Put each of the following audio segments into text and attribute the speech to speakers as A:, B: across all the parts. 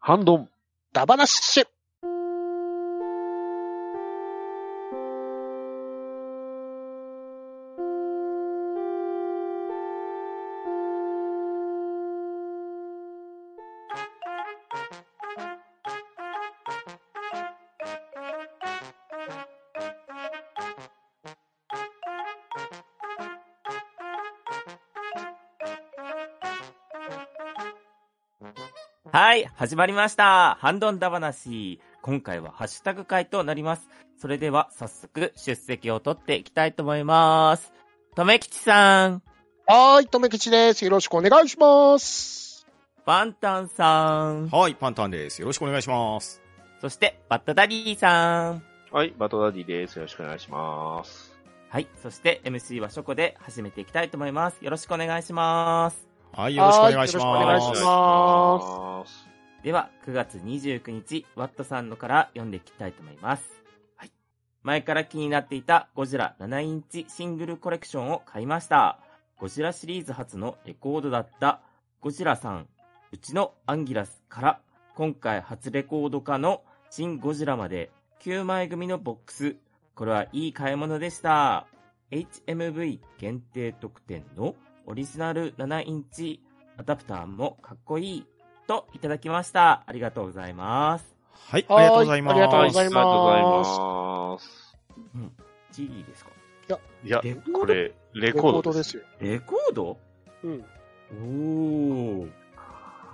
A: ハンドン。
B: ダバナッシュ
C: はい、始まりました。ハンドンダ話。今回はハッシュタグ会となります。それでは早速出席を取っていきたいと思います。とめきちさん、
B: はーい、とめきちです。よろしくお願いします。
C: パンタンさん、
D: はい、パンタンです。よろしくお願いします。
C: そしてバッタダディさん。
A: はい、バトダディです。よろしくお願いします。
C: はい、そして MC はショコで始めていきたいと思います。よろしくお願いします。
D: はい、よろしくお願いし
B: はいよろ
D: ま
B: しくお願いし
D: す。
B: ます。
C: では、9月29日、ワットさんのから読んでいきたいと思います。はい。前から気になっていたゴジラ7インチシングルコレクションを買いました。ゴジラシリーズ初のレコードだったゴジラさん、うちのアンギラスから、今回初レコード化の新ゴジラまで9枚組のボックス。これはいい買い物でした。HMV 限定特典のオリジナル7インチアダプターもかっこいい。といただきました。ありがとうございます。
D: はい、
B: は
D: あ
B: い
D: りがとうございます。
B: ありがとうございます
A: ありがとうございます。
C: ジリーですか
A: いや
C: レコー、ド
A: これ、レ
B: レ
A: コ
B: コ
A: ー
B: ー
A: ド
B: ド
A: で。
B: ですすよ。
C: レコード
B: うん。
C: おー。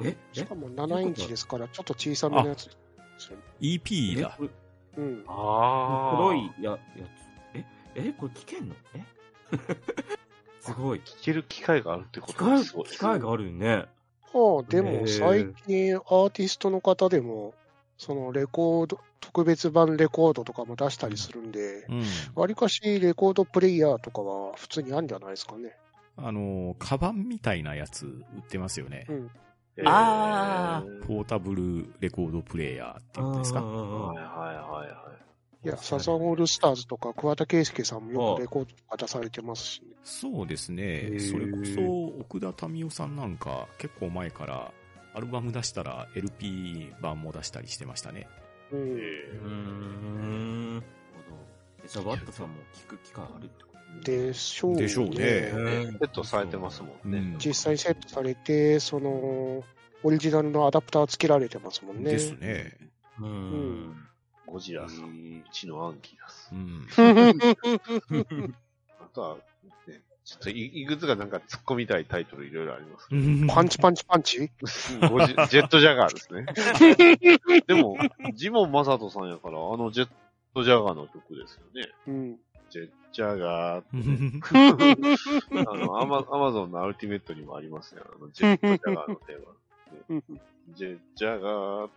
C: え
B: しかも7インチですから、ちょっと小さめのやつですよね。
D: EP だ。
C: これ
B: うん。
A: ああ。
C: 黒い。ややつ。ええこれ聞けんの えすごい。
A: 聞ける機会があるってこ
C: 機
A: とが
C: 械
A: すごいです
C: 機械があるよね。
B: はあ、で
C: へ
B: も
C: ー
B: 最近アーティストの方でも、そのレコード、特別版レコードとかも出したりするんで、
D: うん。
B: わりかしレコードプレイヤーとかは普通にあるんじゃないですかね。
D: あのー、カバンみたいなやつ売ってますよね
B: う。ん。
A: え
C: あ
A: ー
D: ポータブルレコードプレイヤーっていうんです
C: うん
D: か
C: うんうんう
A: は
C: ん
A: いはいはいはい。
B: いや、サザンオールスターズとか桑田佳祐さんもよくレコードとか出されてますしね。
D: そうです
C: へ
D: ね。
C: ー
D: それこそ、奥田民生さんなんか、結構前から、アルバム出したら LP 版も出したりしてましたね。
B: うん。
C: うーん。なるほど。じゃあ、ワットさんも聞く機会あるってこ
B: でしょうね。
D: でしょうね
C: と
A: えセットされてますもんね。
D: うん
B: 実際セットされて、その、オリジナルのアダプターつけられてますもんね。
D: ですね。
C: うーん。
A: ゴジラさん、うちのアンキラス
D: う。ん。
A: あとは、ね、ちょっといいくつかなんか突っ込みたいタイトルいろいろありますけ
B: パンチパンチパンチ
A: ど。ゴ ジジェットジャガーですね。 でも、ジモン・マサトさんやから、あのジェットジャガーの曲ですよね。
B: うん。
A: ジェットジャガー。あ の、アマアマゾンのアルティメットにもありますよ。あの、ジェットジャガーのテー マ。ジェットジャガ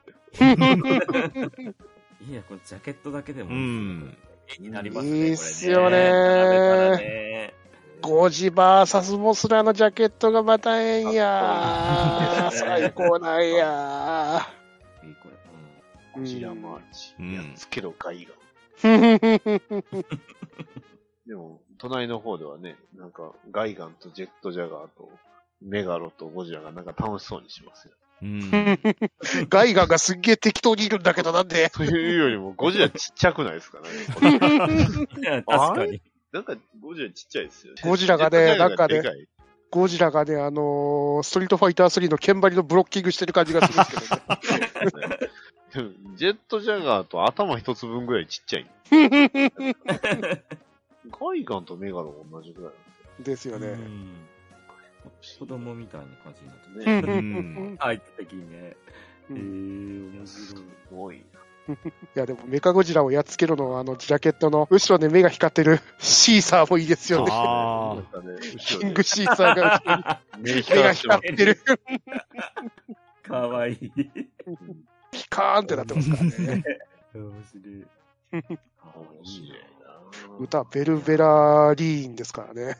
A: ーって。
C: いいね、このジャケットだけでも。
D: うん。
C: 絵になりますね。
B: いいっすよね
C: これね並べたらね
B: ゴジバーサスモスラのジャケットがまたええん
A: か
B: や
A: っ。こいい
B: 最高なんや。
C: いいこれ。
A: ゴ
C: うん
B: うん
A: ジラマーチ。
D: うん
A: やっつけろ、ガイガン。でも、隣の方ではね、なんか、ガイガンとジェットジャガーと、メガロとゴジラがなんか楽しそうにしますよ。
D: うん。
B: ガイガンがすっげえ適当にいるんだけどなんで。
A: というよりも、ゴジラちっちゃくないですかね。これ
C: いや確かに。
A: なんか、ゴジラちっちゃいですよね。
B: ゴジラがね
A: ジェットジャガー
B: なんかね
A: でかい
B: ゴジラがね、あのーストリートファイター3の剣張りのブロッキングしてる感じがするんですけどね。
A: でもジェットジャガーと頭一つ分ぐらいちっちゃい。ガイガンとメガロも同じぐらい
B: ですよ
C: う
B: ね。
C: ん子供みたいな感じになって
A: なんですね。
C: ね。
D: ん
C: あいつ的にね。え
B: うん
C: ー、面
A: す
C: 白い。
A: ごい。
B: いや、でもメカゴジラをやっつけるのは、あの、ジャケットの後ろで目が光ってるシーサーもいいですよね。
D: あ
A: なんかね、後
B: キ
A: ろ
B: ン
A: で
B: グシーサーが後ろに
A: 目
B: 目が
A: 光ってま
B: 光ってる。
C: かわいい。
B: ピカーンってなってますから
C: 面
B: ね。
C: 白い。あ
A: す。面白いな
B: 歌、ベルベラリーンですからね。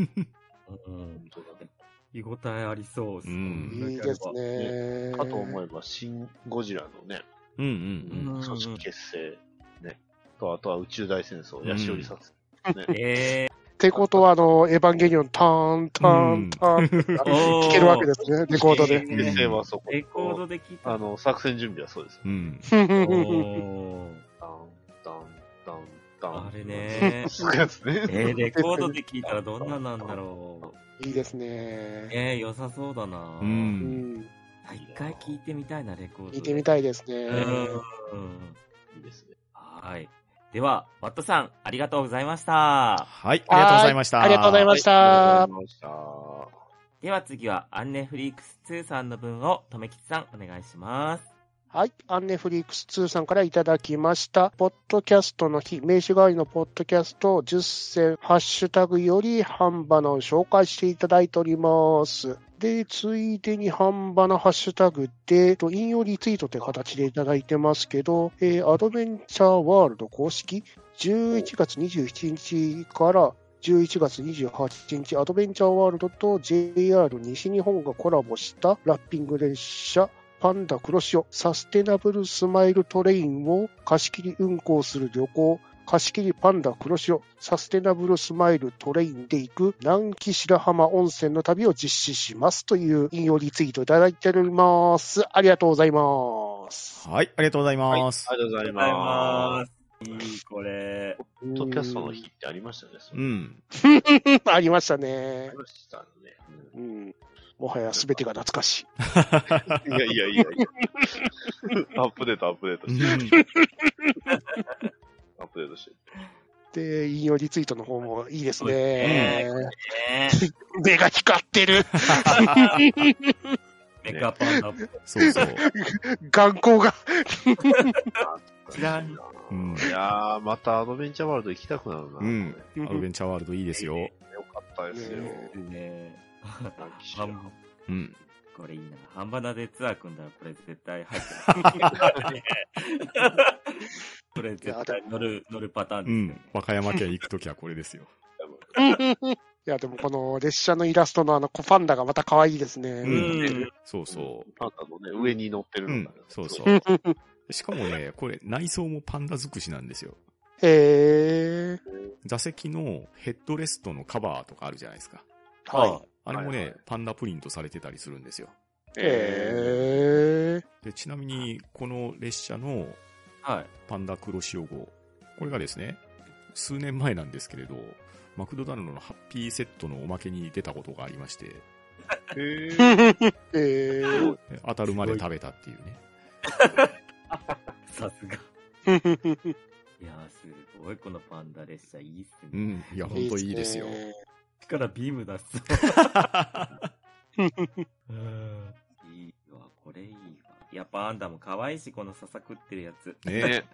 C: うん
A: 本当だね
C: 見応えありそう。すごい
D: うん
B: いいです。ね。
A: かと思えば、新ゴジラのね、
D: うんうんうん。
A: 組織結成、ね、と、あとは宇宙大戦争、ヤシオリ作戦、ね、
C: え
B: ってことは、あの、エヴァンゲリオン、ターン、ターン、ターン、
C: 聞
B: 聞けるわけですね、レコード
C: え
B: で。
C: ー
A: 先生はそこ。
C: レコードで聞いた。
A: あの、作戦準備はそうです。
D: うん。
A: ダン、
C: おー
A: ダン、ダン、ダン。
C: あれ。ね。
A: そういうやつね。
C: えー、レコードで聞いたらどんななんだろ
B: いいです
C: う。
B: ね。
C: えー、良さそうだな。
D: う。
B: うんん。
C: あ一回聞いてみたいな、レコードで。
B: 聞いてみたいですね。
C: うん。
A: いいですね。
C: はい。では、ワットさん、ありがとうございました。
D: はい、ありがとうございました。
B: ありがとうございました。
A: ありがとうございました。
C: では次は、アンネフリークス2さんの分を、とめきちさん、お願いします。
B: はい。アンネフリックス2さんからいただきました。ポッドキャストの日、名刺代わりのポッドキャスト10選、ハッシュタグより半ばなを紹介していただいております。で、ついでに半ばなハッシュタグで、えっと引用リツイートという形でいただいてますけど、えーアドベンチャーワールド公式11月27日から11月28日、アドベンチャーワールドと JR 西日本がコラボしたラッピング列車、パンダ黒潮サステナブルスマイルトレインを貸し切り運行する旅行、貸し切りパンダ黒潮サステナブルスマイルトレインで行く南紀白浜温泉の旅を実施しますという引用リツイートいただいております。ありがとうございます。
D: はい、ありがとうござい
A: はい、あり
D: ま
A: が
D: す。
A: とうございます。
C: す。いい、これ。
A: ポッドキャストの日ってありましたね。そうれ
D: ん。
B: ありました
A: あ
B: ね
A: り。ましたね。うん
B: うん、もはや全てが懐かしい。
A: いやいやいやいや。アップデート、アップデートして。アップデートして。
B: で、引用リツイートの方もいいですね
C: ね。ね
B: 目が光ってる。
C: メカパンダ。
D: そう そう。
B: 眼光が。
C: 知らん
D: うん
A: いやー、またアドベンチャーワールド行きたくなるな。
D: うん
A: こ
D: アドベンチャーワールドいいですよ
A: よ。かったですよ。
B: ね
C: ね
A: なんか知
C: ハ
A: ら
C: ン
A: ん
D: うん。
C: これいいな。ハンバナでツアー組んだらこれ絶対入ってる。 これ絶対乗る、乗るパターン
D: う
C: ですよ
D: ん
C: ね。。
D: 和歌山県行くときはこれですよ。
B: いや、でもこの列車のイラストのあの、パンダがまた可愛いです
D: う
B: ね。
C: ん
D: ん。そうそ
A: パンダのね、上に乗ってる
D: う。う
A: の
D: ん
A: がね。。
D: そうそ
B: うん
D: う。しかもね、これ内装もパンダ尽くしなんですよ。
B: へえ。
D: 座席のヘッドレストのカバーとかあるじゃないですか。
B: は
D: あれも
A: はいは
D: ね
A: い、
D: パンダプリントされてたりするんですよ。
B: い。
A: え
B: へえ。
D: で、ちなみに、この列車の
C: はい。
D: パンダ黒潮号。これがですね、数年前なんですけれど、マクドナルドのハッピーセットのおまけに出たことがありまして、
A: ーへー
B: えー
D: 当たるまで食べたっていうね。
C: さすが。いやー、すごい、このパンダ列車、いいっす
D: う
C: ね。
D: ん。いや、ほんといいですよ。
B: ね
C: からビーム出す。うんいいわ、これいいわ。やっぱあんたも可愛いし、この笹食ってるやつ。
D: ね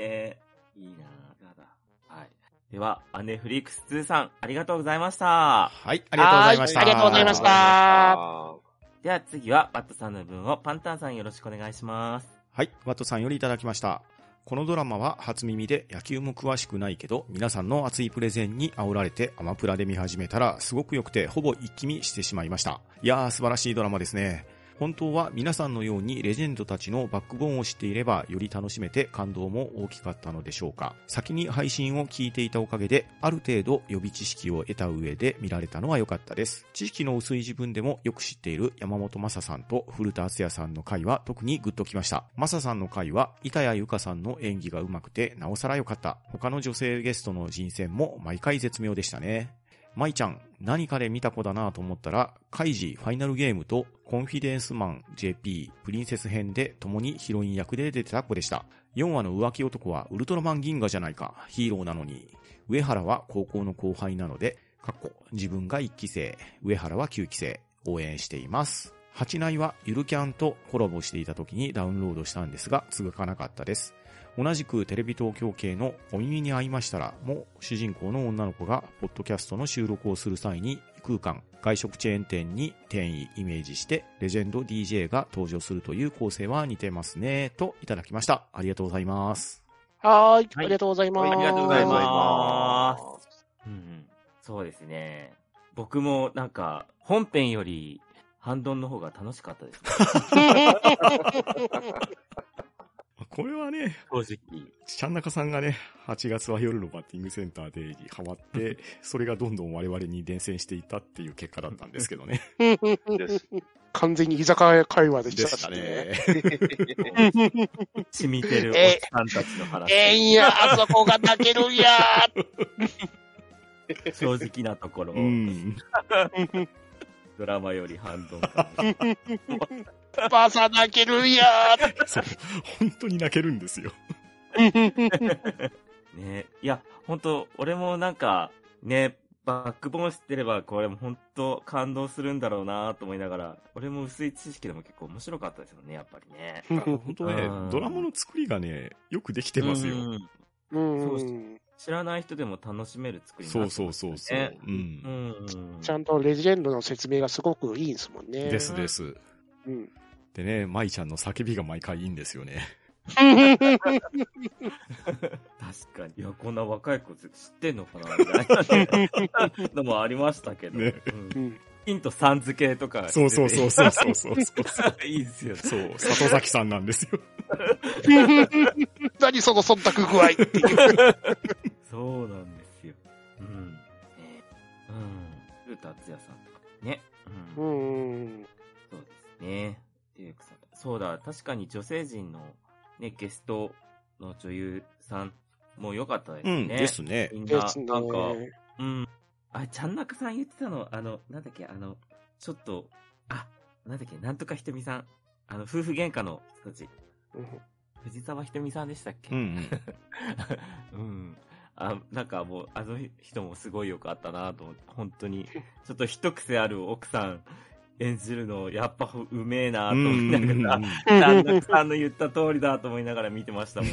C: えー、いいなぁ。やだ。はい。では、アネフリックス2さん、ありがとうございました。
D: はい、ありがとうございました。
B: はいありがとうございました
A: あ
C: では次は、バットさんの分をパンタンさんよろしくお願いします。
D: はい、ワットさんよりいただきました。このドラマは初耳で野球も詳しくないけど、皆さんの熱いプレゼンに煽られてアマプラで見始めたらすごく良くてほぼ一気見してしまいました。いやー素晴らしいドラマですね。本当は皆さんのようにレジェンドたちのバックボーンを知っていればより楽しめて感動も大きかったのでしょうか。先に配信を聞いていたおかげである程度予備知識を得た上で見られたのは良かったです。知識の薄い自分でもよく知っている山本正さんと古田敦也さんの回は特にグッときました。正さんの回は板谷由香さんの演技が上手くてなおさら良かった。他の女性ゲストの人選も毎回絶妙でしたね。舞ちゃん、何かで見た子だなと思ったら、カイジファイナルゲームとコンフィデンスマン JP プリンセス編で共にヒロイン役で出てた子でした。4話の浮気男はウルトラマン銀河じゃないか、ヒーローなのに。上原は高校の後輩なので、かっこ、自分が1期生、上原は9期生、応援しています。八内はゆるキャンとコラボしていた時にダウンロードしたんですが、続かなかったです。同じくテレビ東京系のお耳に合いましたらも主人公の女の子がポッドキャストの収録をする際に異空間、外食チェーン店に転移イメージしてレジェンド DJ が登場するという構成は似てますね、といただきました。ありがとうございます。
B: はーい。ありがとうござい
A: ー
B: ます。
A: ありがとうございます。
C: うんうん。そうですね。僕もなんか、本編より、ハンドンの方が楽しかったですね。
D: これはね、ね、
C: 正直。
D: ちゃんなかさんがね、8月は夜のバッティングセンターでハマって、 それがどんどん我々に伝染していたっていう結果だったんですけどね。
A: です。
B: 完全に居酒屋会話で
D: で
B: し
D: した
B: た
D: ね。
C: 染みてるおっさんたちの話。
B: えんや、あそこが泣けるんや。
C: 正直なところ、
D: うん。
C: ドラマより反動かも。
B: バサ泣けるんや。
D: そう。本当に泣けるんですよ。
C: ねいや、本当俺もなんか、ね、バックボーン知ってれば、これも本当感動するんだろうなと思いながら、俺も薄い知識でも結構面白かったですよね、やっぱりね。
D: 本当ね
C: うん、
D: ドラマの作りがね、よくできてますよ
C: う。ん
B: うん、
C: 知らない人でも楽しめる作りに
D: そ
C: な
D: う
C: ってます
D: そ
C: よ
D: う
C: ね。
D: そうそう。う。
C: うんん。
B: ちゃんとレジェンドの説明がすごくいいんですもんね。
D: ですです。
B: うん、
D: でね、舞ちゃんの叫びが毎回いいんですよね。
C: 確かに。いや、こんな若い子知ってんのかなみたいなねのもありましたけど。
D: ね
C: うん
B: うん
C: ヒントさん付けとか。
D: そうそうそうそうそうそう。
C: う。いいですよね。
D: そう、里崎さんなんで すよ。
B: 何その忖度具合っていう。
C: そうなんですよ。うん。ねうん。古田敦也さんとかね。う。
B: うん ん、
C: そうですね。デュークさんとかそうだ、確かに女性陣のね、ゲストの女優さんも良かったです
D: う
C: ね。
D: ん、ですね。
C: みん
B: で
C: な、
B: すね。
C: なんか、うん。あ、ちゃんなかさん言ってたの、あの、なんだっけ、あの、ちょっと、あ、なんだっけ、なんとかひとみさん。あの、夫婦喧嘩の人たち。
B: うん
C: 藤沢ひとみさんでしたっけ
D: うんうん。
C: うん。あ、なんかもう、あの人もすごい良かったなと思って、本当に、ちょっと一癖ある奥さん演じるの、やっぱうめえなと思いながら、旦那さんの言った通りだと思いながら見てましたも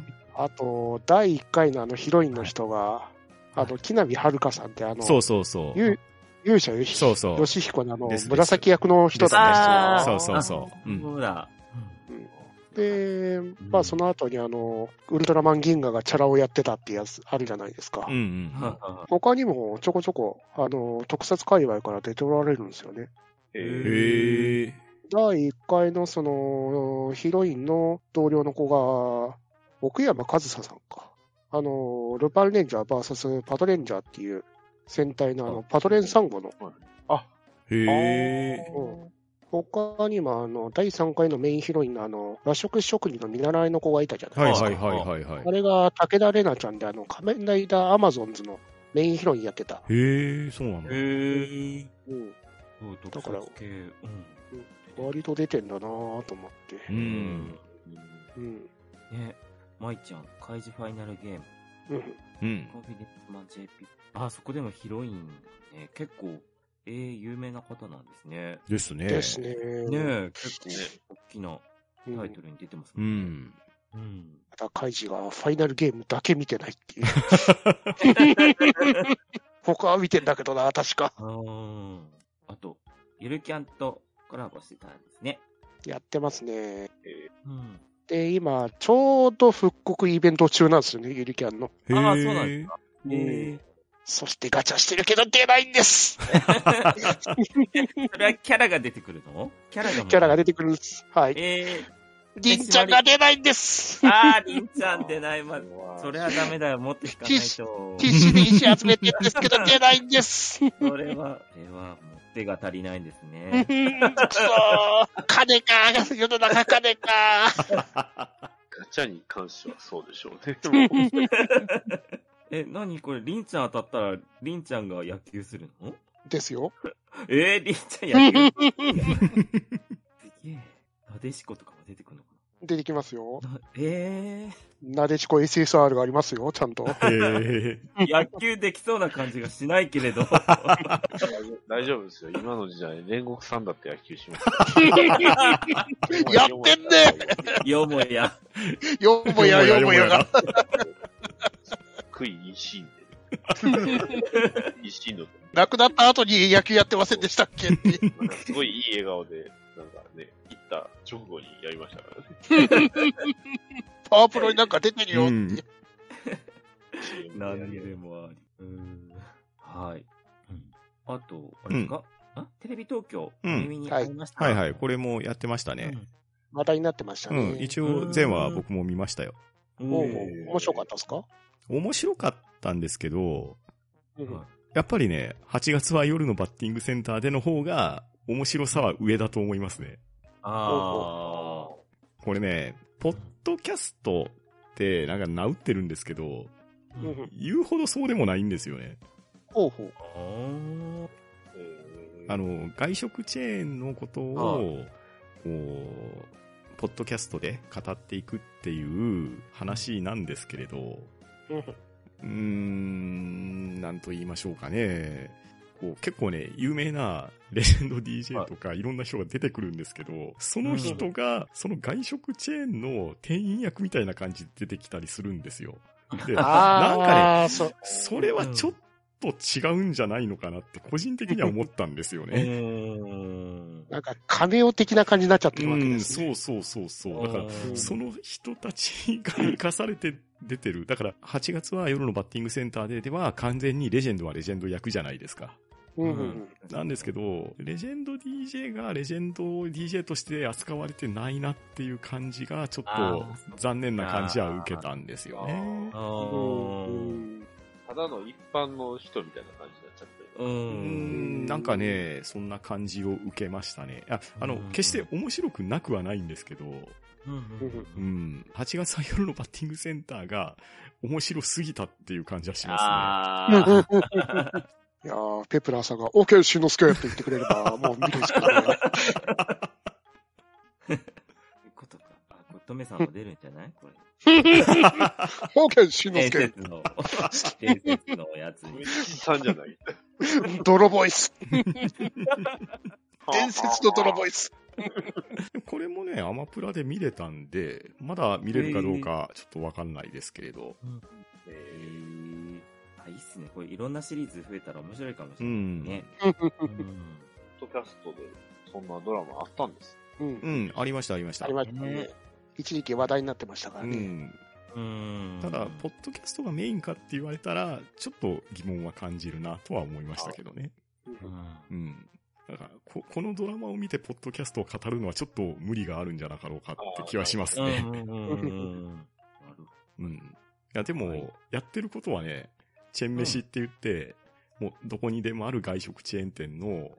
C: ん。
B: あと、第1回のあのヒロインの人が、あの、木南遥さんって、あの、
D: そうそうそう。
B: ゆ勇者よし
D: そうそう。
B: よしひこのあの
D: ですです
B: 紫役の人
C: あ
B: だった
D: そ
B: ん
D: う
B: です
D: そ
B: よ。
D: うそう。うん
C: そうだ。
B: で、まあその後にあの、ウルトラマン銀河がチャラをやってたってやつあるじゃないですか。
D: うんうん。
C: はは
B: 他にもちょこちょこ、あの、特撮界隈から出ておられるんですよね。
A: え
D: へえ。
B: 第1回のその、ヒロインの同僚の子が、奥山和沙さんか。あの、ルパンレンジャー VS パトレンジャーっていう戦隊のあの、パトレンサンゴの
D: へえ。
B: 他にもあの第3回のメインヒロインのあの和食職人の見習いの子がいたじゃない
D: はい
B: ですか。
D: はいはいはいは
B: あれが武田玲奈ちゃんであの仮面ライダーアマゾンズのメインヒロインやってた。
D: い。へえ、そうなんだ。
C: へえ。
B: うん、
C: そう、特
B: だから
C: 撮系。うん。
B: 割と出てんだなぁと思って。
D: うん。
B: うん。
C: ね、舞ちゃん、開示ファイナルゲーム。
B: うん。
D: うん。
C: コンフィデンスマン JP。あ、そこでもヒロイン、ね、結構、えー、有名な方なんですね。
D: ですね。
B: ですね。
C: ねえ、結構、大きな
B: うん
C: タイトルに出てます
D: う
C: もんね。
D: ん。
C: うん。
B: またカイジがファイナルゲームだけ見てないっていう。僕は見てんだけどな、確か。
C: あーあと、ゆるキャンとコラボしてたんですね。
B: やってますね。
C: うん。
B: で、今、ちょうど復刻イベント中なんですよね、ゆりキャンの。
D: へえ。
C: あそうなんです
D: か。
B: えそしてガチャしてるけど出ないんです
C: それはキャラが出てくるのキャラが。
B: キャラが
C: 出
B: 出てくるんです。はい。
C: え
B: りんちゃんが出ないんです
C: ー、あー、りんちゃん出ないま
A: ま
C: ず。それはダメだよ、持っていかないと。
B: 必死に石集めてるんですけど出ないんです。う
C: それは、それは、もう手が足りないんです
B: ふ
C: ね。
B: んくそー金か世の中金か
A: ガチャに関してはそうでしょうね。もう
C: え、なにこれ、りんちゃん当たったら、りんちゃんが野球するの
B: ですよ。
C: えー、りんちゃん 野球すげえ。なでしことかも出てくるのか
B: 出てきますよ。
C: ななえ
B: なでしこ SSR がありますよ、ちゃんと。
D: へ
C: ー、野球できそうな感じがしないけれ ど。
A: 大丈夫ですよ。今の時代、煉獄さんだって野球します。
B: やってんね
C: よもや。
B: よ
D: え。
B: もやよもやが。。
A: 悔い一心で。一心の、
B: 亡くなった後に野球やってませんでしたっけっていう
A: なんかすごいいい笑顔で、なんかね、行った直後にやりましたからね。
B: パワープロになんか出てるよって。
D: うん
C: 何でもあり。うーん。はい。うんあと、あれですか、あテレビ東京、
D: うん
C: お耳に合いました、
D: はいはい、これもやってましたね。
C: うん
B: 話題になってました
D: う
B: ね。
D: ん、一応前話は僕も見ましたよ。
B: おうおう
A: えー
B: 面白かったですか、
D: 面白かったんですけど、
B: うん
C: は
D: やっぱりね、8月は夜のバッティングセンターでの方が、面白さは上だと思いますね。
C: あ
D: これね、ポッドキャストって、なんか名打ってるんですけど、
C: あ。
B: うんうん
D: 言うほどそうでもないんですよね。
B: ほうほう。
C: おー
D: あの、外食チェーンのことを、こう、ポッドキャストで語っていくっていう話なんですけれど、
B: うん
D: うーん、なんと言いましょうかね。こう結構ね、有名なレジェンド DJ とかいろんな人が出てくるんですけど、その人が、その外食チェーンの店員役みたいな感じで出てきたりするんです よ。で、なんかね、
B: あーそう
D: それはちょっと違うんじゃないのかなって個人的には思ったんですよ
C: うー
D: ね。
C: ん。
B: なんか、金を的な感じになっちゃってるわけ
D: うん、
B: です、ね。
D: そうそうそうそう。だから、
C: うん
D: その人たちが生かされて出てる。だ から、8月は夜のバッティングセンターででは完全にレジェンドはレジェンド役じゃないですか。
B: うんうん
D: なんですけど、レジェンド DJ がレジェンド DJ として扱われてないなっていう感じが、ちょっと
C: あー
D: 残念な感じは受けたんですよね。
C: あ
B: う
C: ー
B: んうん
A: ただの一般の人みたいな感じになっちゃってる。
C: う
D: うー
C: ん。
D: んなんかね、そんな感じを受けましたね。あ、あの
C: うん、
D: 決して面白くなくはないんですけど、う
C: うん
D: ん、8月は夜のバッティングセンターが面白すぎたっていう感じはしま
C: あ
B: うん
C: ー。
B: いやーペプラーさんが、OK、しんのすけって言ってくれれば、もう見るしかないな。
C: そういうことか。あ乙女さんも出るんじゃないこれ。
B: OK、しんのす
C: 伝
B: け、
C: 説 の、伝説のやつ
A: 梅
C: に
A: 吉。さんじゃない。
B: 泥ボイス。伝説の泥ボイス。
D: すね。これもね、アマプラで見れたんで、まだ見れるかどうかちょっとわかんないですけれど。
C: えーあ、いいっすね。これいろんなシリーズ増えたら面白いかもし
D: う
C: れない
D: ん。
C: ね。うん
A: ポッドキャストでそんなドラマあったんです。
B: うん
D: うん、ありました、ありました。
B: ありましたね
C: ね。
B: 一時期話題になってましたから
D: う
B: ね。
D: ん。
C: うん
D: ただ、ポッドキャストがメインかって言われたら、ちょっと疑問は感じるなとは思いましたけどね。
C: うん
D: うん。だからこ、このドラマを見て、ポッドキャストを語るのはちょっと無理があるんじゃなかろうかって気はしますね。
C: うんうんうんうんなる
D: うん。いや、でも、
C: はい
D: やってることはね、チェーン飯って言って、もうどこにでもある外食チェーン店の、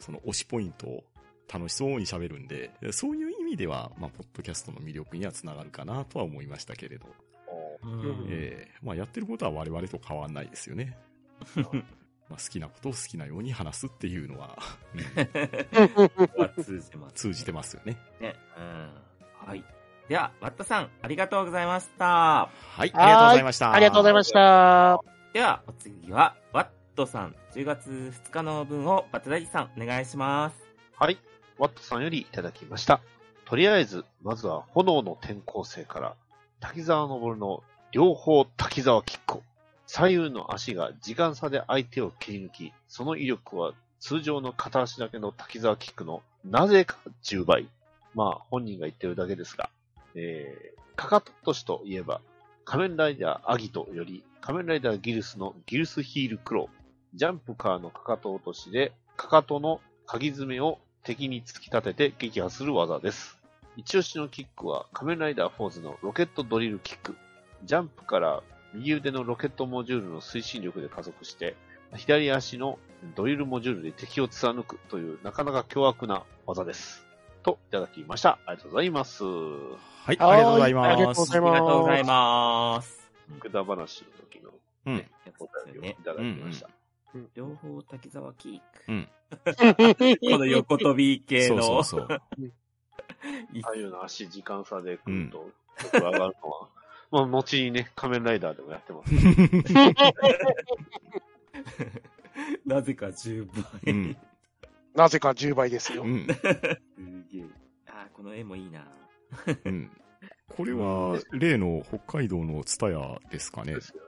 D: その推しポイントを楽しそうに喋るんで、そういう意味では、まあ、ポッドキャストの魅力にはつながるかなとは思いましたけれど、
C: ほどうん
D: ええまあ、やってることは我々と変わんないですよ ね。まあ、好きなことを好きなように話すっていうのは、うん
C: は通じてます。
D: 通じてますよ ね。
C: ね。うんはい。では、ワットさん、ありがとうございました。
D: はい、ありがとうございました。
B: ありがとうございました。
C: では、お次は、ワットさん、10月2日の分をバトダディさん、お願いします。
A: はい。ワットさんよりいただきました。とりあえず、まずは炎の転校生から、滝沢昇の両方滝沢キッコ。左右の足が時間差で相手を切り抜き、その威力は通常の片足だけの滝沢キックのなぜか10倍。まあ、本人が言ってるだけですが、えー、かかと落としといえば、仮面ライダーアギトより仮面ライダーギルスのギルスヒールクロー、ジャンプカーのかかと落としで、かかとの鍵爪を敵に突き立てて撃破する技です。一押しのキックは仮面ライダーフォーズのロケットドリルキック。ジャンプから右腕のロケットモジュールの推進力で加速して、左足のドリルモジュールで敵を貫くというなかなか凶悪な技です。と、いただきました。ありがとうございます。
D: はい、ありがとうございます。
B: ありがとうござ
C: あ
B: い
C: り
B: ます。
C: がとうございます。
A: 福田話の時の
D: う
A: お
D: ん
A: 便りをい
C: ね。
A: ただきました。
C: 両方滝沢キック。
D: うん
C: この横飛び系
D: そう
C: の。
D: そうそう。
C: いいっす
A: 左右の足時間差で来ると、よく上がるのは、まあ、後にね、仮面ライダーでもやってます。
C: なぜか10
D: う
C: 倍。
D: ん。
B: なぜか10倍ですよ
D: う。ん。
C: すげえ。あーこの絵もいいな。
D: うん。これは、例の北海道のツタヤですかね
A: で。すよね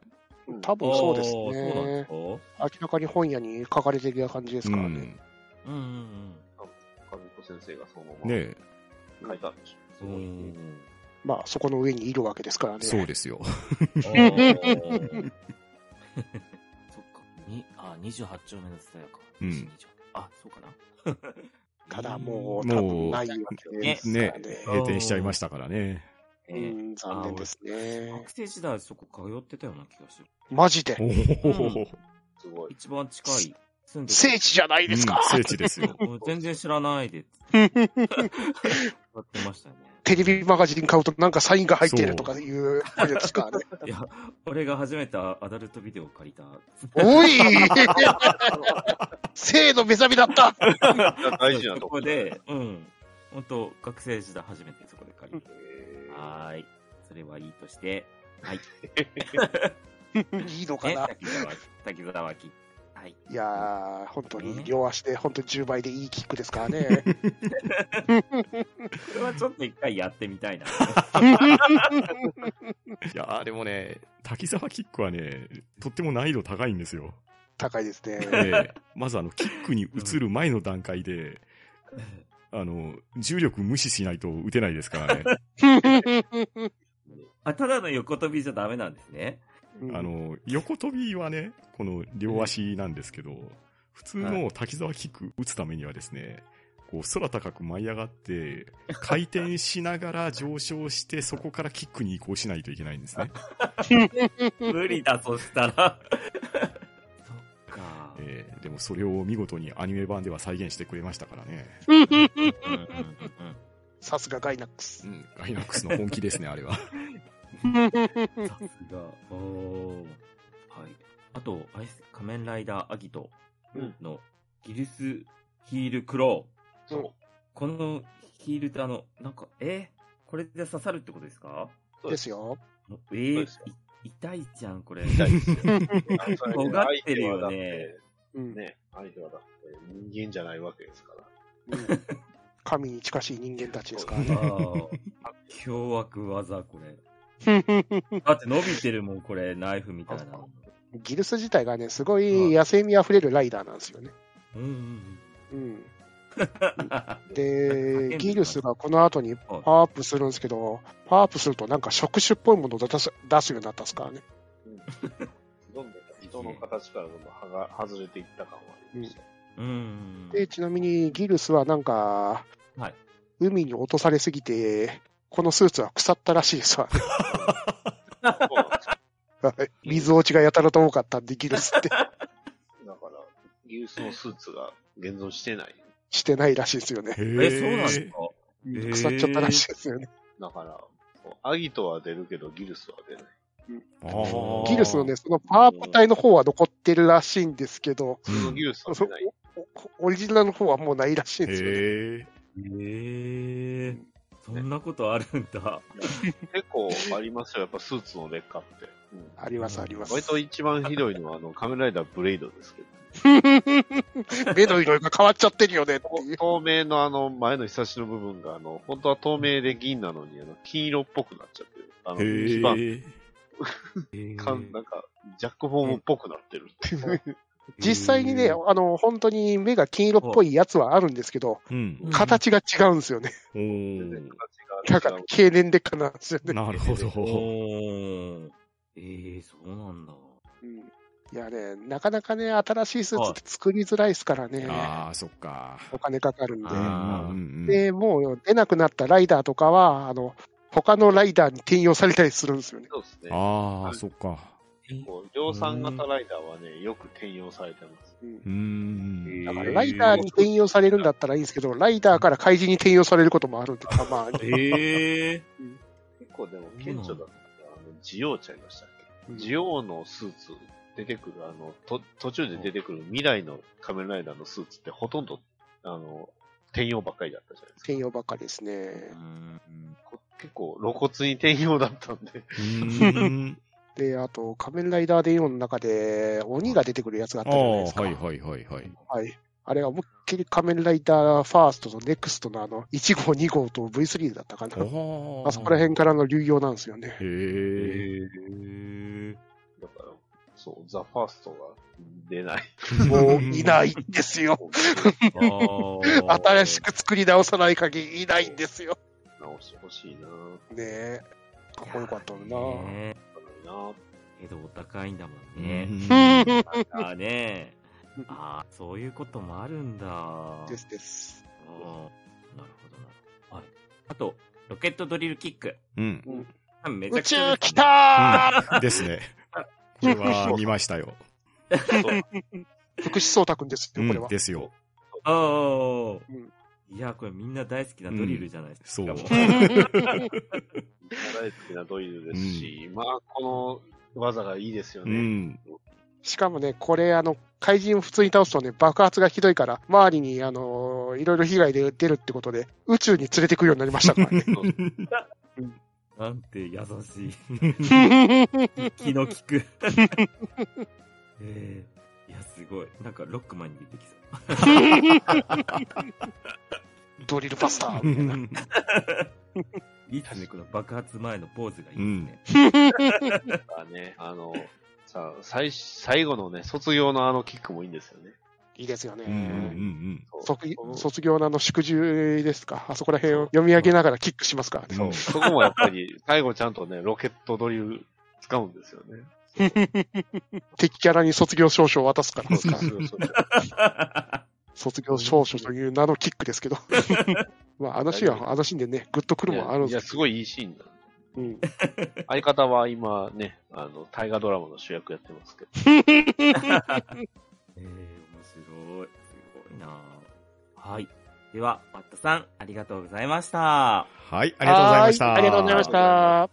A: うん
B: 多分そうです
C: おーそうなんで
B: ね
C: す。か
B: 明らかに本屋に書かれてるような感じです
D: う
B: から
D: ん。
B: ね。
D: ね
C: うんうんうん。
A: 神子先生がそのまま
D: え
A: 書いたんでしょ。す
C: うん
B: まあ、そこの上にいるわけですからね。
D: そうですよ。
C: あ ーそっか。に、あ、28丁目の伝えか。
D: うん
C: 28あ、そうかな。
B: ただもう多分ないわけですからね。
D: 閉店しちゃいましたからね。
C: え
B: う
C: ー
B: ん、残念ですね
C: 学。生時代そこ通ってたような気がする。
B: マジで
D: お。ー
A: すごい。
C: 一番近い。住んで
B: 聖地じゃないですか。
D: うん聖地です よ。
C: もう全然知らない で。 やってましたね。
B: テレビマガジン買うとなんかサインが入ってるとかいうやつですからね。
C: いや、俺が初めてアダルトビデオを借りた。
B: おい生の目覚めだった
A: 大事な
C: そ
A: と
C: こ
A: こ。
C: で、うん。本当学生時代初めてそこで借りて。はーい。それはいいとして。はい。
B: いいのか
C: ね、
B: な
C: 滝沢、滝沢き。はい。
B: いやー、本当
C: ね
B: に両足で本当10倍でいいキックですからね。
C: これはちょっと一回やってみたいな。
D: いやーでもね、滝沢キックはね、とっても難易度高いんですよ。
B: 高いですね。
D: ええまずあの、キックに移る前の段階で、あの、重力無視しないと打てないですからね。
C: あ、ただの横跳びじゃダメなんですね。
D: あの、横跳びはね、この両足なんですけど、普通の滝沢キック打つためにはですね、こう空高く舞い上がって、回転しながら上昇して、そこからキックに移行しないといけないんですね。
C: 無理だ、そしたら。 そっか。
D: えーでもそれを見事にアニメ版では再現してくれましたからね。
C: うんうんうん
B: さすがガイナックス。
D: うん、ガイナックスの本気ですね、あれは。
C: うんさすが。おーはい。あと、あれです仮面ライダーアギトのギルスヒールクロー。
A: そう。
C: このヒールってあの、なんか、えこれで刺さるってことですか
A: そう
B: で
A: です
B: すよ。
C: もうえー
A: そうですよ
C: い痛いじゃん、これ。
A: 痛いですよ。
C: 尖ってるよね
A: 相手はだって
B: うん
A: ね、相手はだって人間じゃないわけですから。
B: うん神に近しい人間たちですから
C: あ
B: ね。
C: ー凶悪技、これ。だって伸びてるもん、これ、ナイフみたいな。
B: ギルス自体がね、すごい野生味あふれるライダーなんですよね。
C: うんうんうん。
B: うん、
C: あ
B: で、ギルスがこの後にパワーアップするんですけど、パワーアップするとなんか触手っぽいものを出す出すようになったんですからね。
A: どんどん人の形からどんどん歯が外れていった感はありました。
C: うん。
B: で、ちなみにギルスはなんか、
C: はい
B: 海に落とされすぎて、このスーツは腐ったらしいですわ。
A: そうなんですよ
B: はい水落ちがやたらと多かったんで、ギルスって
A: だから、ギリスのスーツが現存してない。
B: してないらしいですよね。
C: え、そうなんですかー
B: 腐っちゃったらしいですよね。
A: だから、そうアギトは出るけど、ギルスは出ない。
D: あー
B: ギルスのね、そのパワーアップ体の方は残ってるらしいんですけど、
A: 普通のギルスは
B: そ
A: 出
B: う
A: ない。
B: おオリジナルの方はもうないらしいんですよね。
D: へえ。
C: ええそんなことあるんだ。
A: 結構ありますよ、やっぱスーツの劣化って。うん
B: ありますあります。
A: 割と一番ひどいのは、あの、仮面ライダーブレイドですけど。
B: 目の色が変わっちゃってるよねっていう。
A: 透明のあの、前のひさしの部分が、あの、本当は透明で銀なのに、あの、金色っぽくなっちゃってる。あの、基盤
D: へえ。
A: かんなんか、ジャックフォームっぽくなってるっていう。
B: 実際にね、あの、本当に目が金色っぽいやつはあるんですけど、
D: うん。
B: 形が違うんですよね。
D: お
A: 全然
D: ー
A: 形
B: だ
A: が
B: から
A: 違う、。
B: 経年劣化なんですよね。
D: なるほど。
C: おーええそうなんだ。
B: うんいやね、なかなかね、新しいスーツって作りづらいですからね、
D: ああ、そっ か。
B: お金かかるん
C: あー
D: うんうんうん
B: で。で、もう出なくなったライダーとかは、あの、他のライダーに転用されたりするんですよね。
A: そうですね。
D: ああ、そっか。
A: こう量産型ライダーはね、よく転用されてます。
B: うん
D: うーん。
B: だからライダーに転用されるんだったらいいんですけど、ライダーから怪人に転用されることもあるんで、たまに。
C: ええ
A: 結構でも、顕著だったのが、あの、ジオウちゃいましたっけジ
B: オ
A: オウのスーツ、出てくる、あの、と、途中で出てくる未来の仮面ライダーのスーツって、ほとんど、あの、転用ばっかりだったじゃないですか
B: 転。用ばっかりですね。
A: こ結構露骨に転用だったんで。
D: うー ん。
B: で、あと、仮面ライダーデイオンの中で、鬼が出てくるやつがあっ
D: あ
B: たじゃない
D: あ、
B: ですか。
D: はいはいはいはい。
B: はい。あれが思いっきり仮面ライダーファーストとネクストのあの、1号、2号と V3 だったかな。
D: ああ。
B: あそこら辺からの流用なんですよね。
D: へえ。
C: え
A: だから、そう、ザ・ファーストが出ない。
B: もういないんですよ。新しく作り直さない限りいないんですよ。
A: 直してほしいな
B: ねえ。かっこよかったのにな。
C: な。
A: ぁ。
C: けど、お高いんだもんね。
D: ね
C: あねああ、そういうこともあるんだ。
B: ですです。
C: なるほどな。はい。あと、ロケットドリルキック。
D: うん。
C: めち
B: 宇
C: ゃくちゃ
B: 宙来た
D: うんです ね。これは見ましたよ。
A: そうそう
B: ー福士蒼太くんです
D: う
B: よ、これ
D: ん、
B: は。
D: ですよ。
C: あー
B: うん
C: いや、これみんな大好きなドリルじゃないですか。
D: うん
C: し
D: そ
C: かも
A: 大好きなドイルですし、まあ、この技がいいですよ
D: う
A: ね。
D: ん。
B: しかもね、これ、あの、怪人を普通に倒すとね、爆発がひどいから、周りに、あのーいろいろ被害で出るってことで、宇宙に連れてくるようになりましたからね。
C: なんて優しい。
B: うん
C: 気の利く。 えーいや、すごい。なんか、ロックマンに出てきそう。
B: ドリルバスター
D: う
B: みた いな。
D: ん
C: いいですね、この爆発前のポーズがいい ですね。
A: あね、あの、さ、最、最後のね、卒業のあのキックもいいんですよね。
B: いいですよ
D: うんうん
B: ね。
A: そう
B: 卒
A: このそ
B: 卒業のあの祝辞ですか、あそこら辺を読み上げながらキックしますからね。
D: うん。
A: こもやっぱり、 最後ちゃんとね、ロケットドリル使うんですよ ね。
B: 敵キャラに卒業証書を渡すから
A: そ
B: で
A: う
B: す
A: そう
B: から、
A: そうそう
B: 卒業証書という名のキックで すけど。まあ、あのシーンは、あのシーンでね、グッとくるもんあるん
A: い
B: で
A: や、
B: す
A: すごいいいシーンだ。
B: けど。うん
A: 相方は今ね、あの、大河ドラマの主役やってますけど。
C: えー、面白い。すごいなぁはい。では、ワットさん、ありがとうございました。
D: はい、ありがとうございました。
B: はーいありがとうございました
A: あー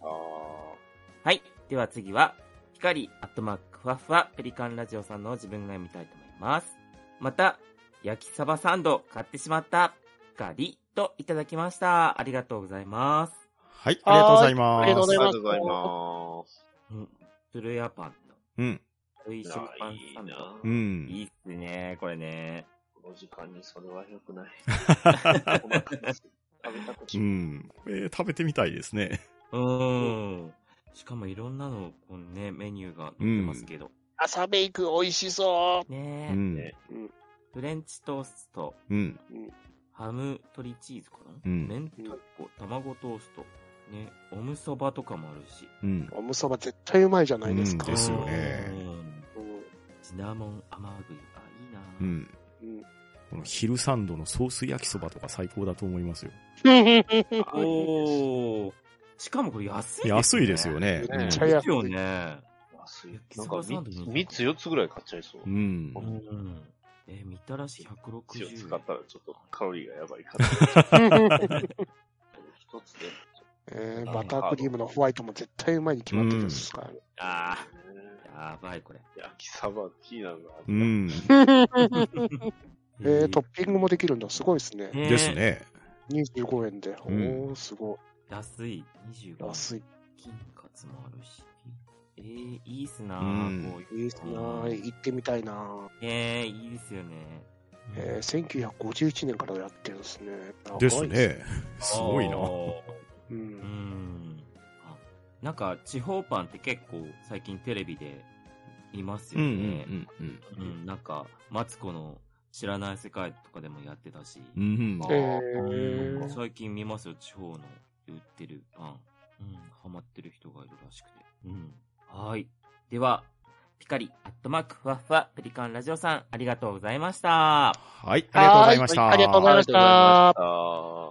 C: はい。では次は、光アットマークふわふわペリカンラジオさんの自分が見たいと思います。また、焼きサバサンド買ってしまった、光といただきました。ありがとうございます。
D: はい、ありがとうございます。
B: ありがとう
A: あ
B: ござ
A: り
B: い
A: が
B: ま
A: と
B: す
A: うございます。
C: うん。トゥルヤパンの
D: うん。
C: トゥイ
A: い
C: 食
A: や
C: パン
A: いい
C: サンド。
A: な
D: う
C: い
D: ん。
C: いっすね、これね。
A: この時間にそれは良く ない。お腹がすい食べたく
D: う
A: ち
D: ん。えー食べてみたいですね。
C: うーん。しかもいろんなの、このね、メニューが載ってますけど。
B: 朝ベイク美味しそう
C: ね
D: う
C: え、
D: ん。
C: フレンチトースト、
D: うん。
C: ハム、鶏チーズかな、
D: うん
C: 明太子、卵トースト、ね、おむそばとかもあるし。
D: うん。
B: おむそば絶対うまいじゃないです
D: う
B: か。
D: んですよね
C: うんシナモン甘栗、あ、いいな、
D: うん。
B: うん
D: この昼サンドのソース焼きそばとか最高だと思いますよ。
A: ゃう。
C: おー。しかもこれ安いですね。
D: 安いですよね。
A: めっ
C: 安
B: ちゃ
C: い
B: 安い
C: ですよね。
A: 安い
C: 焼き
A: なん
C: そ
A: か
C: ばサンドに
A: 3つ4つぐらい買っちゃいそう
D: う。ん。
C: う
D: うん
C: ん。え、みたらし160円。
A: 使ったらちょっとカロリーがやばいから。 一つで。
B: えーバタークリームのホワイトも絶対うまいに決まってるんですから、ね
C: あー、やばいこれ。
A: 焼きサバ気になる
D: う
A: な。
D: ん。
B: えートッピングもできるんだ。すごいですね。
C: ね
D: です。ね。
B: 25円で。
D: うん
B: おー、すご
C: 安い。25
B: い。
C: 円。
B: 安い。
C: 金活もあるし。えー、いいっすな
D: うん
C: ーこう
B: いい
C: いう
B: っすなー行ってみたいなー
C: えー、いいですよね。
B: えー、1951年からやってるんですね。長い
D: です。ね。すごいな
C: あ。ー
B: う。
C: うんん。あなんか、地方パンって結構最近テレビでいます
D: うん
C: よ
D: う
C: ね。
D: んうん
C: うんなんか、マツコの知らない世界とかでもやってたし。
D: うん。うん。
A: あ
B: え
C: うん
B: ー、
C: 最近見ますよ、地方の売ってるパン。うん、ハマってる人がいるらしくて。うん。はい。では、ピカリ、アットマーク、ふわふわ、ペリカンラジオさん、ありがとうございました。
D: はい、ありがとうございました。
B: はいありがとうございました
A: あ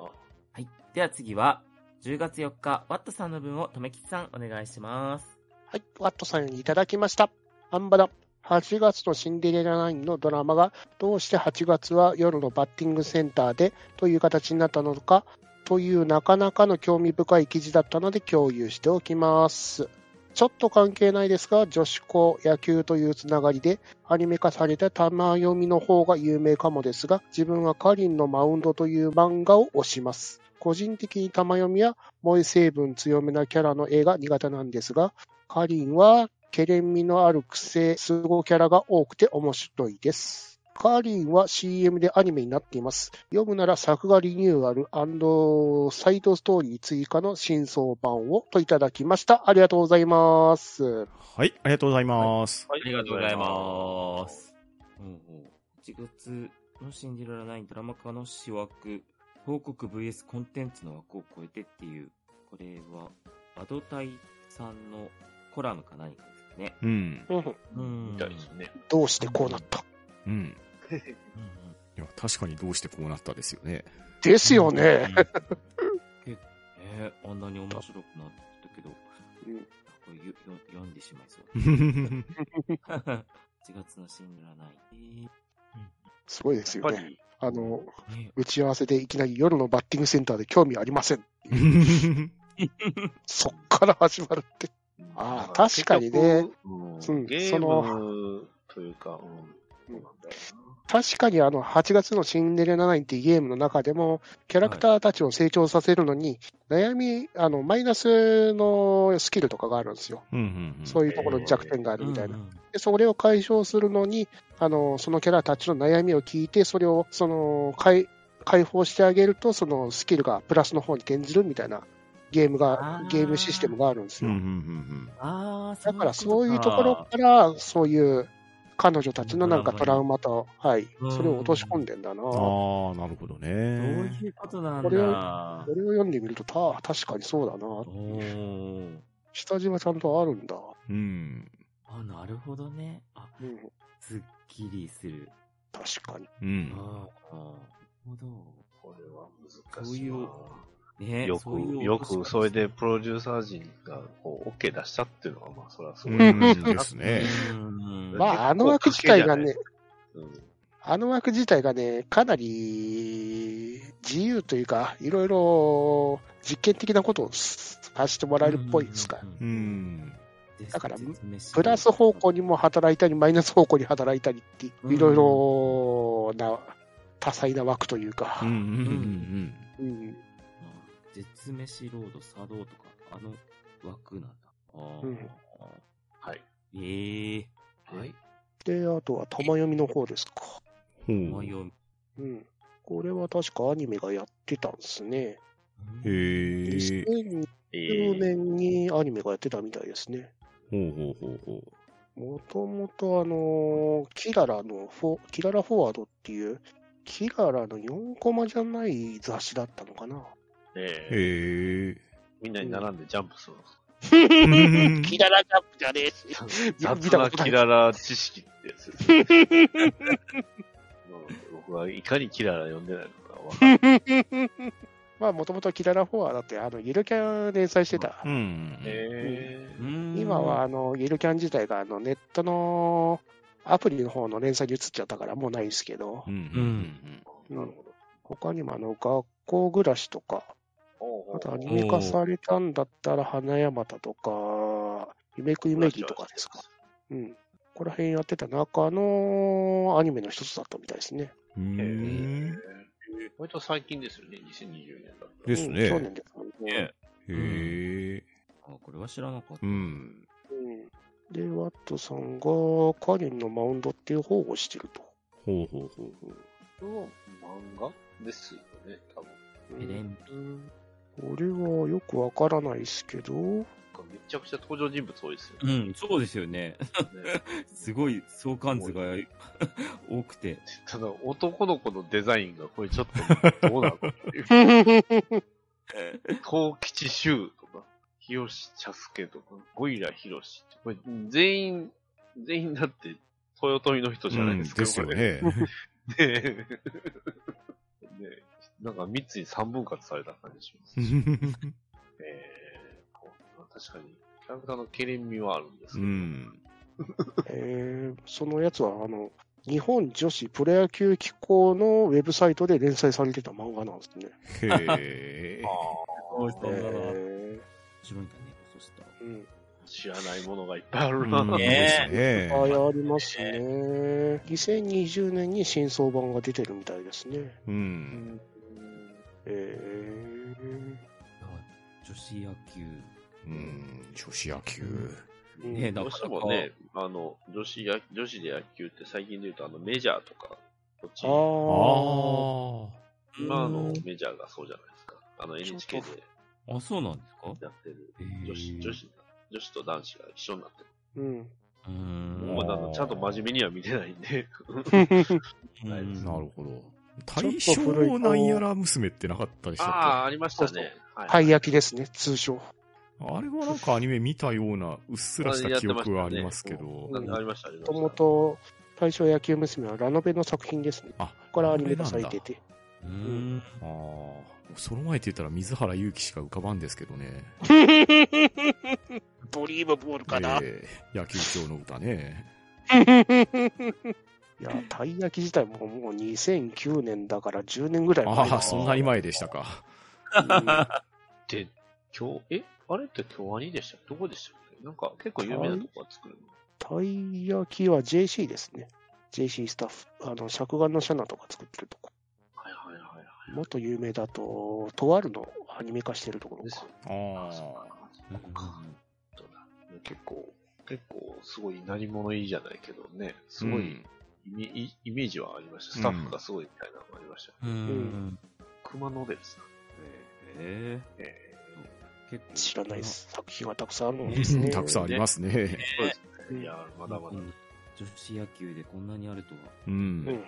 C: はい。では次は、10月4日、ワットさんの分を、とめきちさん、お願いします。
B: はい、ワットさんよりいただきました。アンバダ。8月のシンデレラナインのドラマが、どうして8月は夜のバッティングセンターでという形になったのか、というなかなかの興味深い記事だったので共有しておきます。ちょっと関係ないですが、女子校、野球というつながりで、アニメ化された玉読みの方が有名かもですが、自分はカリンのマウンドという漫画を推します。個人的に玉読みや萌え成分強めなキャラの絵が苦手なんですが、カリンは、ケレン味のある癖、すごキャラが多くて面白いです。カリンは CM でアニメになっています。読むなら作画リニューアルサイドストーリー追加の真相版をといただきました。ありがとうございます。
D: はい、ありがとうございます。
A: あ
C: ありがとうございま。す。1月のシンデレラナインドラマ化の仕枠、広告 VS コンテンツの枠を超えてっていう、これは、アドタイさんのコラムか何かですね。
D: うん。
B: うん
C: うん
A: みたいですね。
B: どうしてこうなった
D: うん。
C: うんうん
D: いや、確かにどうしてこうなったですよね。
B: ですよね。
C: えー、あんなに面白くなったけど、こ
B: う
C: れ
B: ん
C: よよ読んでしまいそう。1月のシングルはない。
B: すごいです
A: やっ
B: よ
A: ぱ
B: ね。
A: り、
B: あの、
C: えーね
B: 打ち合わせでいきなり夜のバッティングセンターで興味ありません。そっから始まるって。ああ、確かにね。。
A: う
B: うん
A: ん、ゲー
B: その
A: ムというか、うん、そうなんだよ
B: 確かにあの、8月のシンデレラ9っていうゲームの中でも、キャラクターたちを成長させるのに、悩み、あの、マイナスのスキルとかがあるんですよ。
D: うんうんうん
B: そういうところに弱点があるみたいな。
C: うんうん
B: で、それを解消するのに、あの、そのキャラたちの悩みを聞いて、それを、その、解、解放してあげると、そのスキルがプラスの方に転じるみたいなゲーム
C: あ
B: が
C: ー、
B: ゲームシステムがあるんです
D: うん
B: よ。
D: うんうん
C: ああ、
B: だから
C: そ
B: そう
C: う
B: い
C: いうう
B: と
C: と
B: こ
C: こ
B: ろ
C: ろ
B: か
C: か。
B: ら、そういう彼女たちのなんかトラウマと、はい、
C: うん
B: それを落とし込んでんだな。こ
D: ああ、なるほど
C: そう
D: ね。
C: いうことなん
B: これ
C: だ。
B: れを読んでみると、た確かにそうだ
C: お
B: な。
C: ー
B: 下地はちゃんとあるんだ。
D: うん。
C: あ、なるほどね。あ、
B: うん、
C: すっきりする。
B: 確かに。
D: うん。
C: ああ、なるほど。
A: これは難しい
C: そうい
A: な
C: う。ね
A: よ
C: そういう
A: く、よ
C: 落
A: く、
C: とし方
A: それでプロデューサー陣が、こう、OK 出したっていうのは、まあ、それはすごい。
D: うんですね
C: うん
B: まあ、あの枠自
A: 結構賭けじ
B: 体
A: ゃ
B: が
A: ない
B: ね、
A: うん
B: あの枠自体がね、かなり自由というか、いろいろ実験的なことをさせてもらえるっぽいですから。
D: う。ん。
B: だからプラス方向
C: に
B: にも働いたり、マイナス方向に働いたりって、
C: うん
B: いろいろな多彩な枠というか、
D: うんうんうん
B: うん
C: 絶滅しロード、作動とか、あの枠なんだ。あー
B: うん
A: はい。
C: ええ
A: はい。
B: で、あとは玉読みの方ですか。
D: うん。ほ
C: ー。迷
D: う。
C: う
B: うん。これは確かアニメがやってたんですね。
D: へえ。
B: 2010
A: えー、
B: 年にアニメがやってたみたいですね。
D: ほうほうほうほ
B: もともとあのーキララのフォ、キララフォワードっていう、キララの4コマじゃない雑誌だったのかな。
A: え
D: う。へえ。
A: みんなに並んでジャンプするんです
B: キララジャンプじゃねえし。 見
A: 雑
B: たこ
A: な
B: とない
A: キララ知識ってやつです ね。まあ僕はいかにキララ読んでないのかわ かんない。
B: まあ、もともとキララフォワードって、あの、ゆるキャン連載してた
D: う。ん。
A: えー
B: 今は、、あの、ゆるキャン自体が、あの、ネットのアプリの方の連載に移っちゃったから、もうないんですけど
D: う、んうん
B: なるほど。他にも、あの、学校暮らしとか、
A: おうおう
B: あとアニメ化されたんだったら、花山田とか、夢く夢木とかですか。うん。ここら辺やってた中のアニメの一つだったみたいですね。
D: うん。
A: え
D: へ
A: ー割と最近ですよね、2020年だったら
D: です
B: うん
D: ね。
B: 去年ですもんね
C: ね。
D: へえ。
C: あこれは知らなかった。
D: うん。
B: うん。で、ワットさんがカレンのマウンドっていう方をしてると。
D: ほうほうほうほう。
A: 漫画ですよね、多分。
B: う
C: エレ
B: ん、
C: ン
B: これはよくわからないですけど、
A: なんかめちゃくちゃ登場人物多いですよ
C: う
A: ね。
C: ん、そうですよ ね。
A: ね
C: すごい相関図が多くて。
A: ただ、男の子のデザインがこれちょっとどうなのっていう。東吉修とか、清志茶介とか、ゴイラ広志。これ全員、全員だって、豊臣の人じゃないですか。
D: ですよね。
A: これ。 ねえねえなんか三つに三分割された感じします。ええこう確かに、キャラクターのケレン味はあるんですけ
D: う
A: ど、
D: ん。
B: えーそのやつは、あの、日本女子プロ野球機構のウェブサイトで連載されてた漫画なんですね。
D: へえ。
C: 面白
B: え
C: いんだな。面
B: ー
C: 白いんだね、そしたら。
B: うん、
A: 知らないものがいっぱいあるな。
D: うん
C: ね
D: です
B: あ
D: ね。
B: ありますね。2020年に新装版が出てるみたいですね。
D: う。
B: うんん、え
C: 女子野球。
D: うん。女子野球。
B: ー、
C: ねえ
A: ど
C: な
A: う
C: かなか
A: してもね、あの、女子や、女子で野球って最近で言うと、あの、メジャーとか、こっち、
B: あ
A: 今
D: あ
B: あ。
D: あ。
A: あのメジャーがそうじゃないですか。あの、NHK で
C: あ、そうなんですか
A: やってる、
C: 女
A: 女子、女。子、女子と男子が一緒になってる。
B: うん。
C: うーん。
A: もうなんかちゃんと真面目には見てないんで、
C: な
A: うん
D: なるほど。
B: ょっ
D: 大
B: と古い
D: 正なんやら娘ってなかったでし
A: あ
D: たっ
A: あ、あ
D: け
A: りましたね。は
B: たい焼きですね、通称。
D: あれはなんかアニメ見たような、うっすらした記憶はありますけ
A: やって
D: ど
A: ましたね。うんありました、ありま
B: も
A: した
B: ともと、大正野球娘はラノベの作品ですね。
D: あ、
B: からアニメがされてて。
C: う
D: う。
C: んん。
D: ああ、その前って言ったら水原勇気しか浮かばんですけどね。
B: ドリームボールかな。
D: えー野球場の歌ね。
B: いや、たい焼き自体ももう2009年だから10年ぐらい前
D: あ
B: だ
D: あ、そんなに前でしたか。
A: で、今日、えあれって京アニでしたどこでしたっけなんか結構有名なとこが作るの。
B: たい焼きは JC ですね。JC スタッフ。あの、尺眼のシャナとか作ってるとこ。
A: はいはいはいは
B: もっと有名だと、とあるのアニメ化してるとこ
A: い。
B: ろ
A: です
B: か
A: よ。ね。
D: あ
A: あ
D: あ。
A: そうか。そうだ結構、結構すごい何者いいじゃないけどね、すごい、
D: うん
A: イメイイメージはありました。スタッフがすごいみたいなのがありました。
C: うん。
A: 熊野でですね。
C: え
A: え
C: ー結構
B: 知らないで。す。作品はたくさんあるもんです
D: うん
B: ね。
D: たくさんありますね。
A: ーそうです
B: うん
A: ね。いやー、まだまだ。
C: うん女子野球でこんなにあるとは、
D: う。
B: うんん。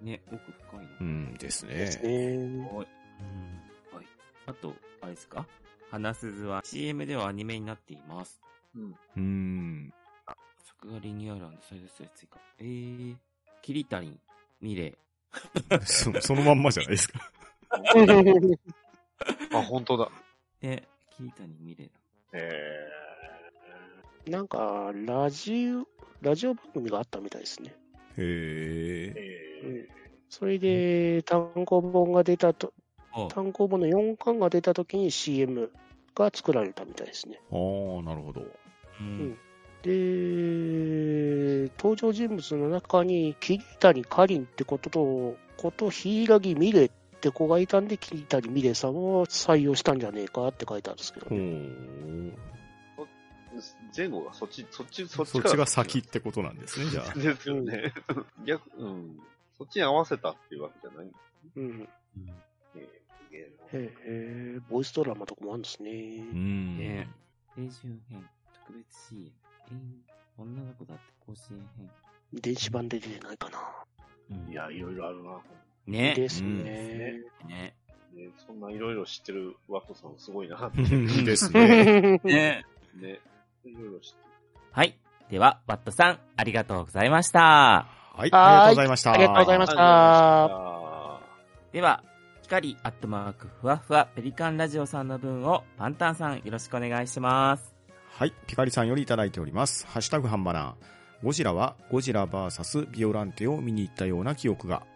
C: ね、奥深いな。
D: うんです
B: です
D: ね。
B: ね。
C: はい。うん。はい。あと、あれですか花鈴は CM ではアニメになっています。
A: うん。
D: うん。
C: 作画リニューアル再生数追加。えー、キリタリン、ミレ
D: そそのまんまじゃないですか。
A: あ、本当だ。
C: イ。え、キリタリン、ミレイだ。
A: え
B: なんか、ラジオ、ラジオ番組があったみたいですね。
D: へ
A: ー、
D: え。
A: え
B: それで、単行本が出たと、
C: あ
B: 単行本の4巻が出た時に CM が作られたみたいですね。
D: ああ、なるほど。
C: うん。
B: で、登場人物の中に、桐谷かりんってことと、こと柊美玲って子がいたんで、桐谷美玲さんを採用したんじゃねえかって書いてあるんですけど
D: ほ
B: ね。
D: う。
A: ー、前後がそっち、そっち、そっち
D: そっ
A: から
D: ちが先ってことなんですね、じゃあ。
A: ですよ ね。逆、うん。そっちに合わせたっていうわけじゃない。
B: うん。
A: えー、えー
B: へえ、ボイスドラマとかもあるんですね
D: う。ん。
C: ね青春編、特別 CM。えー、女の子だって甲子園編。
B: 電子版で出てないかな。
A: いや、いろいろあるな。
C: ね。
B: です
D: うん
B: ね。
C: ね。
A: ね、そんないろいろ知ってるワットさんすごいな。
D: ですね。
C: ね。
A: ね、いろいろ知ってる。
C: はい。では、バットさん、ありがとうございました。
D: はい、ありがとうございました。
B: ありがとうございま
A: あ
B: し
A: り
B: た。
A: が
C: では、光アットマークふわふわペリカンラジオさんの分をパンタンさんよろしくお願いします。
D: はい、ピカリさんよりいただいております。ハッシュタグハンバナー。ゴジラはゴジラ VS ビオランテを見に行ったような記憶が。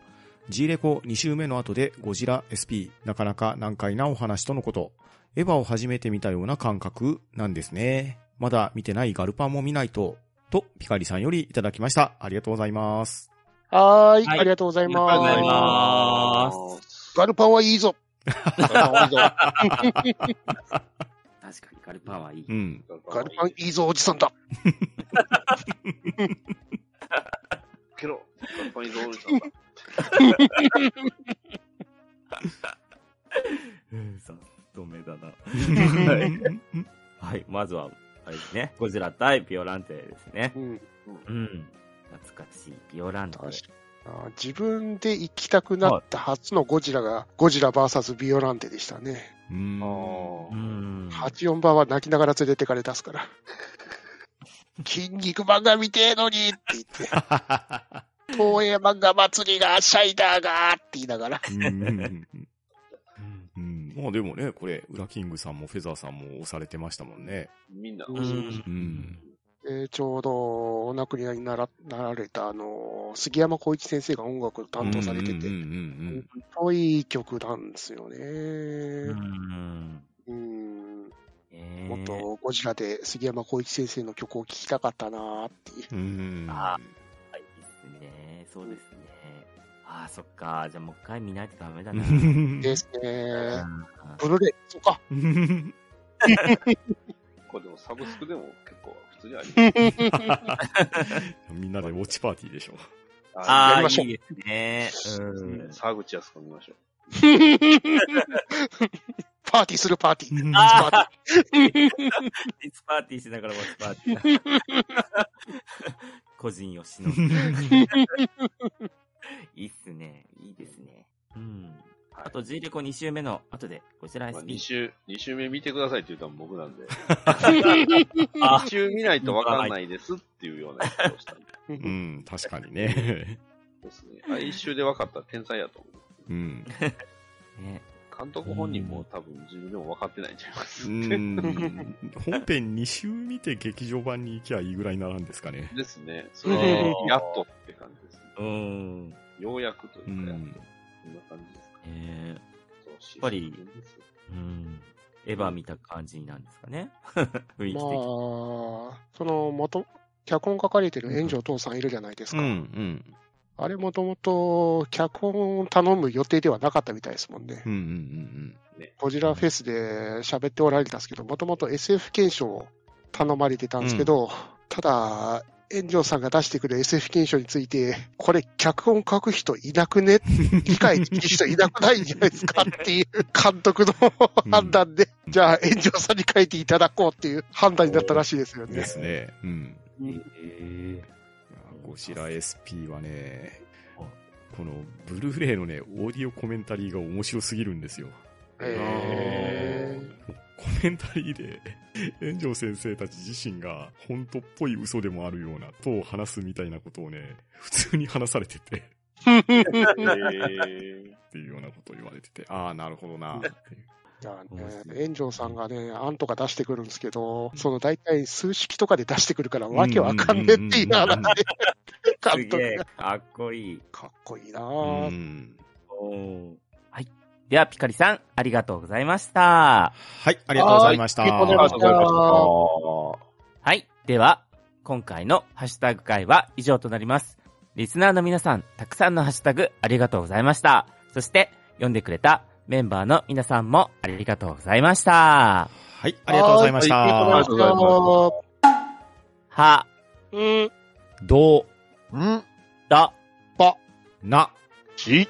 D: G レコ2週目の後でゴジラ SP、なかなか難解なお話とのこと。エヴァを初めて見たような感覚なんですね。まだ見てないガルパンも見ないと。と、ピカリさんよりいただきました。ありがとうございます。
B: はーい、
C: はい
B: ありがとうござい
A: とうござい
B: ま。
A: ますす。
B: ガルパンはいいぞ。
C: 確かにガルパンはいい。
D: うん。
B: ガルパンいいぞ、おじさんだ。
A: けろ。ガルパンイゾールさんだ。
C: うん、さとめだな。
D: うん
C: はい、 まずは、あれですね、ゴジラ対ビオランテですね。
B: うん
C: うん。懐かしいビオランテ。
B: 確あー自分で行きたくなった初のゴジラが、ゴジラ VS ビオランテでしたね。
D: うん
C: うん。
B: 84番は泣きながら連れてかれ出すから。筋肉漫画見てえのにって言っ て、東映漫画祭りが、シャイダーがって言いながら。
D: うん
C: うん
D: うんまあでもね、これ、ウラキングさんもフェザーさんも押されてましたもんね。
A: みんな。
B: うん
D: うん。
B: えーちょうどお亡くなりにならなられた、あのー杉山浩一先生が音楽を担当されてて、
D: うん
B: す
D: うん
B: ごいいい曲なんですよね。
C: うん。
B: うん、
C: え
B: もっとゴジラで杉山浩一先生の曲を聴きたかったなーっていう。
D: うんうん。うん
C: あはい、いいですね。そうですね。ああ、そっか。じゃあもう一回見ないとダメだな。
B: です
C: う
B: ね。
C: ん
B: ブルーレイ、そ うか。
A: これでもサブスクでも結構普通にあり
D: みんなでウォッチパーティーでしょ。
C: あ
B: や
C: あ、
B: り
C: い
B: ましょう
C: いですね。うん。
A: 沢口康子見ましょ
B: パーティーするパーティー。
C: あ
B: パーテ
C: ディスパーティーしながらもパーティー。 個人を忍ぶ。いいっすね。いいですね。うん。
A: はい
C: あと、G レコ2週目の後で、こちら
A: う。まあ、2
C: SP。
A: 週、二週目見てくださいって言ったの僕 なんで、
C: あ
A: 2週見ないとわかんないですっていうようなやつをしたんで。
B: ィー
D: うん、確かにね。
A: うそうですね。哀愁で分かったら天才やと思う。
D: うん。
C: ね、
A: 監督本人も多分自分でも分かってないんちゃいます。
D: うん。本編2周見て劇場版に行きゃいいぐらいならんですか ね。
A: ですね。それで、やっとって感じですね。
C: うん。
A: ようやくといううか、やっと
D: ん。
A: こんな感じですか。
C: え
A: や
C: ーっぱりうん。エヴァ見た感じなんですかね。 雰囲気
B: ま
C: 的
B: あ
C: に。、
B: その、元、脚本書かれてる炎上父さんいるじゃないです
D: うん。
B: か。
D: うん。
B: あれもともと、脚本を頼む予定ではなかったみたいですもんね
D: うん。うん。うん。
B: ゴジラフェスで喋っておられたんですけど、もともと SF 検証を頼まれてたんですけど、ただ、炎上さんが出してくる SF 検証について、これ、脚本書く人いなくね理解できる人いなくないんじゃないですかっていう監督の
D: うん
B: 判断で、
D: うん
B: じゃあ炎上さんに書いていただこうっていう判断になったらしいですよ
D: で
B: ね。
D: すね。うん。
C: え
D: いやゴジラ SP はね
C: あ、
D: このブルーレイのね、オーディオコメンタリーが面白すぎるんですよ。
B: え
D: コメンタリーで、炎上先生たち自身が本当っぽい嘘でもあるような、とを話すみたいなことをね、普通に話されてて、
A: えー、
D: っていうようなことを言われてて、ああ、なるほどな、っていう。
B: だから
C: 面白い
B: ね、炎上さんがね、案とか出してくるんですけど、その大体数式とかで出してくるから、わけわかんねえって言いながらね、
C: ー、す
B: 監
C: げ
B: 督
C: え、かっこいい。
B: かっこいいな
D: う
B: ぁ。
D: ん。
C: はい。では、ピカリさん、ありがとうございました。
D: はい、ありがとうございました。
B: はいありがとう
A: ありがとうございました。
C: はい。では、今回のハッシュタグ会は以上となります。リスナーの皆さん、たくさんのハッシュタグありがとうございました。そして、読んでくれたメンバーの皆さんもありがとうございました。
D: はい、ありがとうございまし。
A: はいありがとうございましたたあ
C: は、
B: うん。
D: ど
A: ん
C: ど、
D: う、な、
A: ち